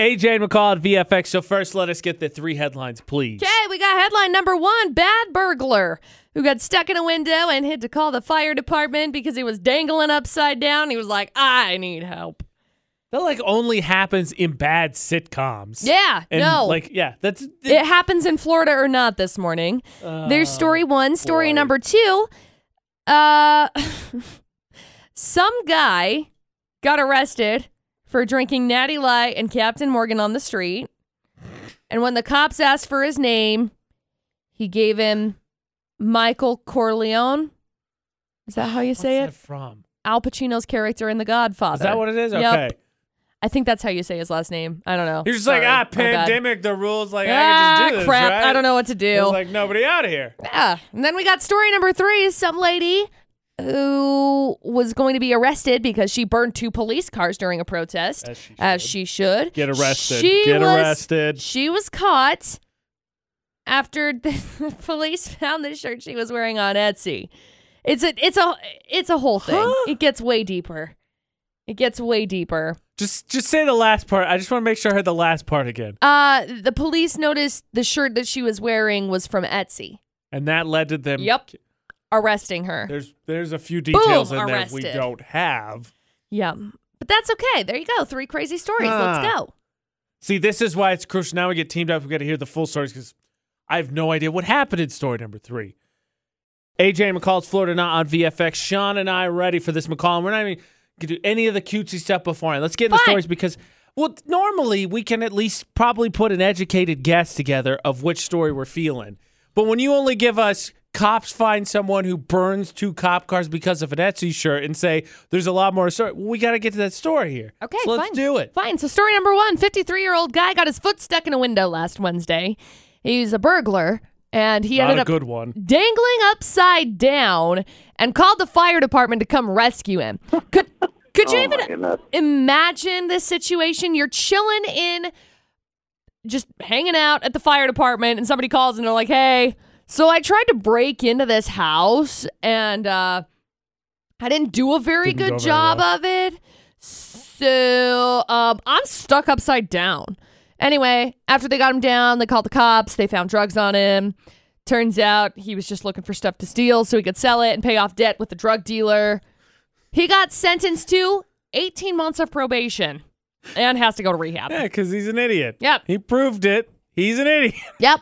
AJ and McCall at VFX. So first, let us get the three headlines, please. Okay, we got headline number one bad burglar who got stuck in a window and had to call the fire department because he was dangling upside down. He was like, I need help. That like only happens in bad sitcoms. Yeah, And no. like yeah, that's it happens in Florida or not this morning. uh, There's story one. Story Oh, boy. number two. Uh, some guy got arrested for drinking Natty Light and Captain Morgan on the street. And when the cops asked for his name, he gave him Michael Corleone. Is that how you what's say that it? from? Al Pacino's character in The Godfather. Is that what it is? Yep. Okay. I think that's how you say his last name. I don't know. You're just Sorry. like ah My bad. pandemic. The rules like I can Ah, just do this, crap. right? I don't know what to do. There's like nobody out of here. Yeah. And then we got story number three some lady who was going to be arrested because she burned two police cars during a protest, As she as should. she should. Get arrested. She Get was- arrested. She was caught after the police found the shirt she was wearing on Etsy. It's a it's a it's a whole thing. Huh? It gets way deeper. It gets way deeper. Just just say the last part. I just want to make sure I heard the last part again. Uh the police noticed the shirt that she was wearing was from Etsy. And that led to them. Yep. Arresting her. There's there's a few details Boom, in there we arrested. don't have. Yeah. But that's okay. There you go. Three crazy stories. Let's Huh. go. See, this is why it's crucial. Now we get teamed up. We got to hear the full stories because I have no idea what happened in story number three. AJ and McCall's Florida Not on VFX. Sean and I are ready for this, McCall. And we're not even going to do any of the cutesy stuff beforehand. Let's get into Fine. stories because, well, normally we can at least probably put an educated guess together of which story we're feeling. But when you only give us cops find someone who burns two cop cars because of an Etsy shirt and say there's a lot more story, we got to get to that story here. Okay, so let's fine. do it. Fine. So, story number one 53 year old guy got his foot stuck in a window last Wednesday. He's a burglar and he Not ended a up good one. dangling upside down and called the fire department to come rescue him. Could, could you Oh my even goodness. imagine this situation? You're chilling in, just hanging out at the fire department, and somebody calls and they're like, hey, so I tried to break into this house and uh, I didn't do a very Didn't go good very job well. of it. So um, I'm stuck upside down. Anyway, after they got him down, they called the cops. They found drugs on him. Turns out he was just looking for stuff to steal so he could sell it and pay off debt with the drug dealer. He got sentenced to 18 months of probation and has to go to rehab. Yeah, because he's an idiot. Yep. He proved it. He's an idiot. Yep.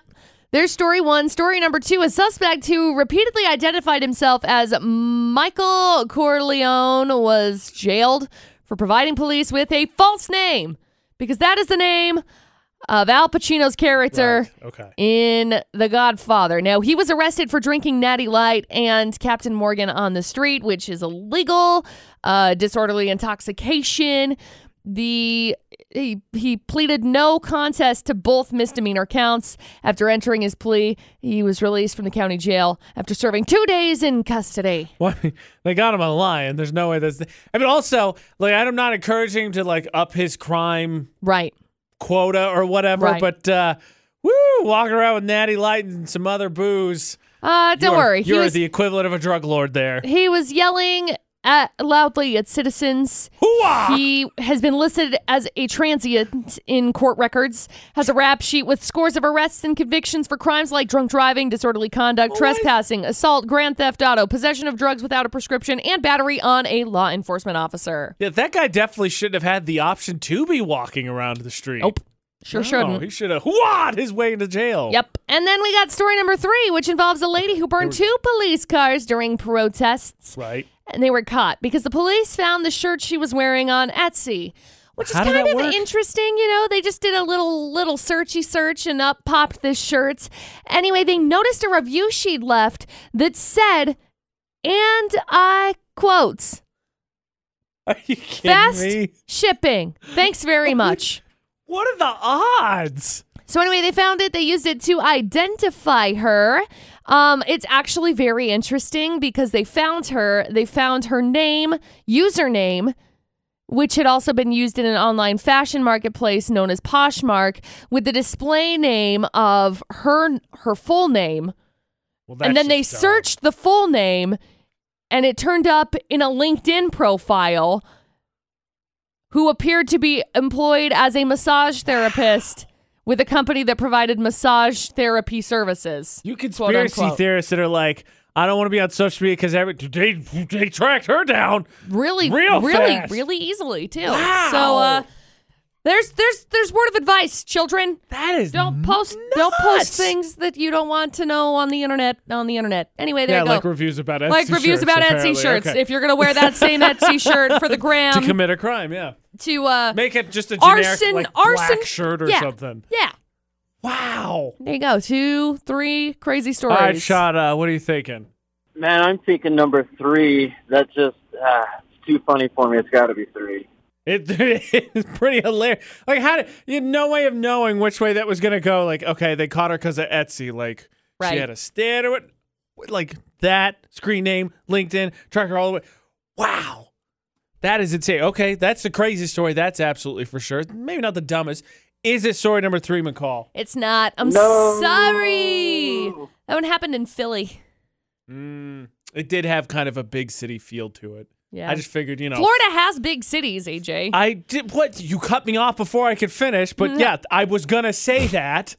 There's story one. Story number two a suspect who repeatedly identified himself as Michael Corleone was jailed for providing police with a false name because that is the name of Al Pacino's character Okay. in The Godfather. Now, he was arrested for drinking Natty Light and Captain Morgan on the street, which is illegal, uh, disorderly intoxication. The he, he pleaded no contest to both misdemeanor counts. After entering his plea, he was released from the county jail after serving two days in custody. Well, they got him on a line. There's no way that's. I mean, also, like, I'm not encouraging him to like up his crime Right. quota or whatever. Right. But uh, woo, walking around with Natty Light and some other booze. Uh, don't You're- worry. He You're was, the equivalent of a drug lord there. he was yelling at, loudly at citizens. Hoo-ah! He has been listed as a transient in court records, has a rap sheet with scores of arrests and convictions for crimes like drunk driving, disorderly conduct, trespassing, assault, grand theft auto, possession of drugs without a prescription, and battery on a law enforcement officer. Yeah, that guy definitely shouldn't have had the option to be walking around the street. Nope. Sure No, shouldn't. he should have hooahed his way into jail. Yep. And then we got story number three, which involves a lady who burned two police cars during protests, Right. and they were caught because the police found the shirt she was wearing on Etsy, which is How did kind that of work? interesting. You know, they just did a little little searchy search and up popped this shirt. Anyway, they noticed a review she'd left that said, "And I quotes Are you kidding fast me? shipping. Thanks very much." What are the odds? So anyway, they found it. They used it to identify her. Um, it's actually very interesting because they found her. They found her name, username, which had also been used in an online fashion marketplace known as Poshmark, with the display name of her her full name. Well, that's and then they just dumb. searched the full name, and it turned up in a LinkedIn profile who appeared to be employed as a massage therapist with a company that provided massage therapy services. You quote conspiracy unquote. theorists that are like, I don't want to be on social media because every they they tracked her down. really Real really fast. really easily too. Wow. So uh there's there's there's word of advice, children. That is Don't post don't post Mm, nuts. things that you don't want to know on the internet on the internet. Anyway, there Yeah, you go. like reviews about Etsy Like reviews shirts, about apparently. Etsy shirts. Okay. If you're gonna wear that same Etsy shirt for the to gram to, commit a crime, yeah. uh Make it just a generic arson like, arson black shirt or yeah, something. Yeah. Wow. There you go. Two, three crazy All stories. right, Shada, what are you thinking? Man, I'm thinking number three. That's just uh, it's too funny for me. It's got to be three. It, it's pretty hilarious. Like, how did you had no way of knowing which way that was gonna go? Like, okay, they caught her because of Etsy. Like, Right. she had a stand or what? Like that screen name, LinkedIn, tracker all the way. Wow, that is insane. Okay, that's the craziest story. That's absolutely for sure. Maybe not the dumbest. Is it story number three, McCall? It's not. I'm No. sorry. That one happened in Philly. Mm, it did have kind of a big city feel to it. Yeah. I just figured, you know, Florida has big cities, AJ. I did what you cut me off before I could finish, but Mm-hmm. yeah, I was gonna say that.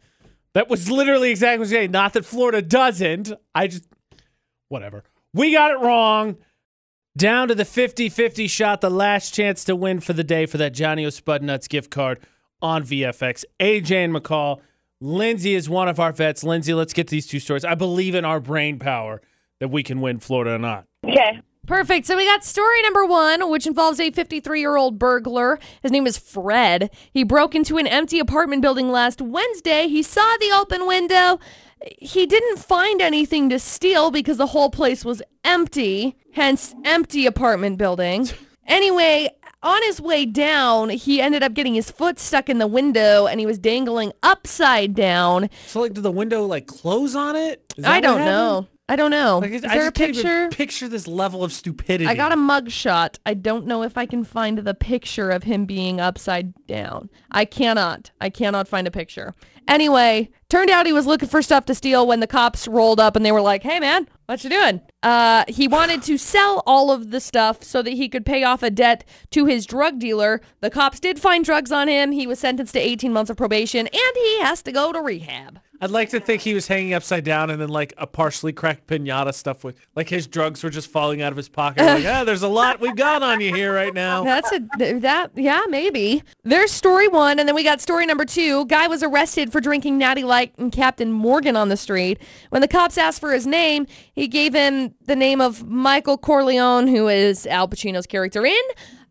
That was literally exactly what I was saying. Not that Florida doesn't. I just whatever. We got it wrong. Down to the 50-50 shot, the last chance to win for the day for that Johnny O'Spudnuts gift card on VFX. AJ and McCall. Lindsay is one of our vets. Lindsay, let's get these two stories. I believe in our brain power that we can win Florida or not. Okay. Perfect. So we got story number one, which involves a 53 year old burglar. His name is Fred. He broke into an empty apartment building last Wednesday. He saw the open window. He didn't find anything to steal because the whole place was empty, hence, empty apartment building. Anyway, on his way down, he ended up getting his foot stuck in the window and he was dangling upside down. So like did the window like close on it? I don't know. I don't know. Like, Is I there a just can't even picture? picture this level of stupidity. I got a mugshot. I don't know if I can find the picture of him being upside down. I cannot. I cannot find a picture. Anyway, turned out he was looking for stuff to steal when the cops rolled up and they were like, "Hey man, what you doing?" Uh, he wanted to sell all of the stuff so that he could pay off a debt to his drug dealer. The cops did find drugs on him. He was sentenced to 18 months of probation and he has to go to rehab. I'd like to think he was hanging upside down, and then like a partially cracked pinata stuff with like his drugs were just falling out of his pocket. like, ah, there's a lot we got on you here right now. That's a th- that yeah maybe. There's story one, and then we got story number two. Guy was arrested for drinking Natty Light and Captain Morgan on the street. When the cops asked for his name, he gave him the name of Michael Corleone, who is Al Pacino's character in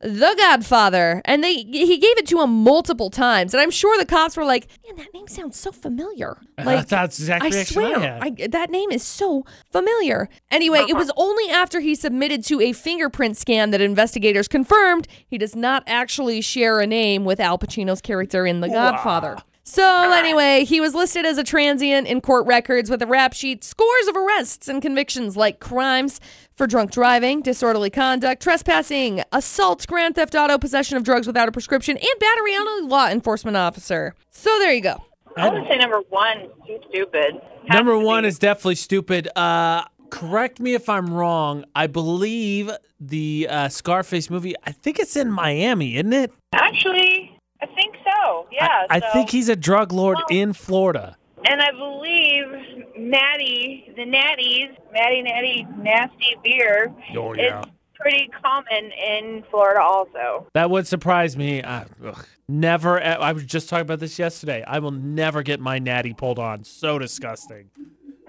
The Godfather, and they he gave it to him multiple times. And I'm sure the cops were like, "Man, that name sounds so familiar." Like that's exactly I swear, I, that name is so familiar. Anyway, it was only after he submitted to a fingerprint scan that investigators confirmed he does not actually share a name with Al Pacino's character in The Godfather. So, anyway, he was listed as a transient in court records with a rap sheet, scores of arrests and convictions like crimes for drunk driving, disorderly conduct, trespassing, assault, grand theft auto, possession of drugs without a prescription, and battery on a law enforcement officer. So, there you go. I would say number one, too stupid. Has Number to be. one is definitely stupid. Uh, correct me if I'm wrong. I believe the uh, Scarface movie. I think it's in Miami, isn't it? actually, I think so. Yeah. I, I so- think he's a drug lord Well- in Florida. And I believe Natty, the Natties, Natty Natty Nasty Beer Oh, is pretty common in Florida also. That would surprise me. I, ugh, never. e- I was just talking about this yesterday. I will never get my natty pulled on. So disgusting.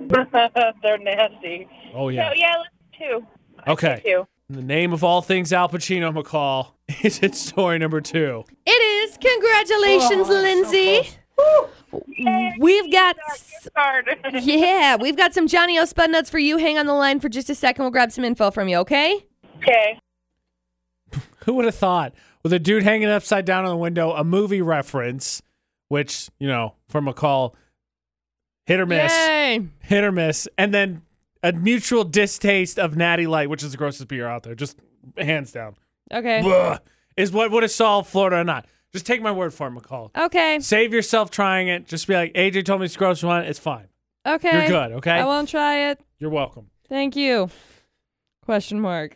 They're nasty. Oh yeah. So, yeah, let's do two. Let's do Okay. Two. In the name of all things Al Pacino McCall is it story number two. It is. Congratulations, Lindsay. We've got, s- Hard. yeah, we've got some Johnny O Spud Nuts for you. Hang on the line for just a second. We'll grab some info from you, okay? okay. Who would have thought? With a dude hanging upside down on the window, a movie reference, which, you know, for McCall, hit or miss, Yay. hit or miss, and then a mutual distaste of Natty Light, which is the grossest beer out there, just hands down. Okay. Blah, is what would have solved Florida or not. Just take my word for it, McCall. Okay. Save yourself trying it. Just be like, AJ told me it's gross one. It's fine. Okay. You're good, okay? I won't try it. You're welcome. Thank you. Question mark.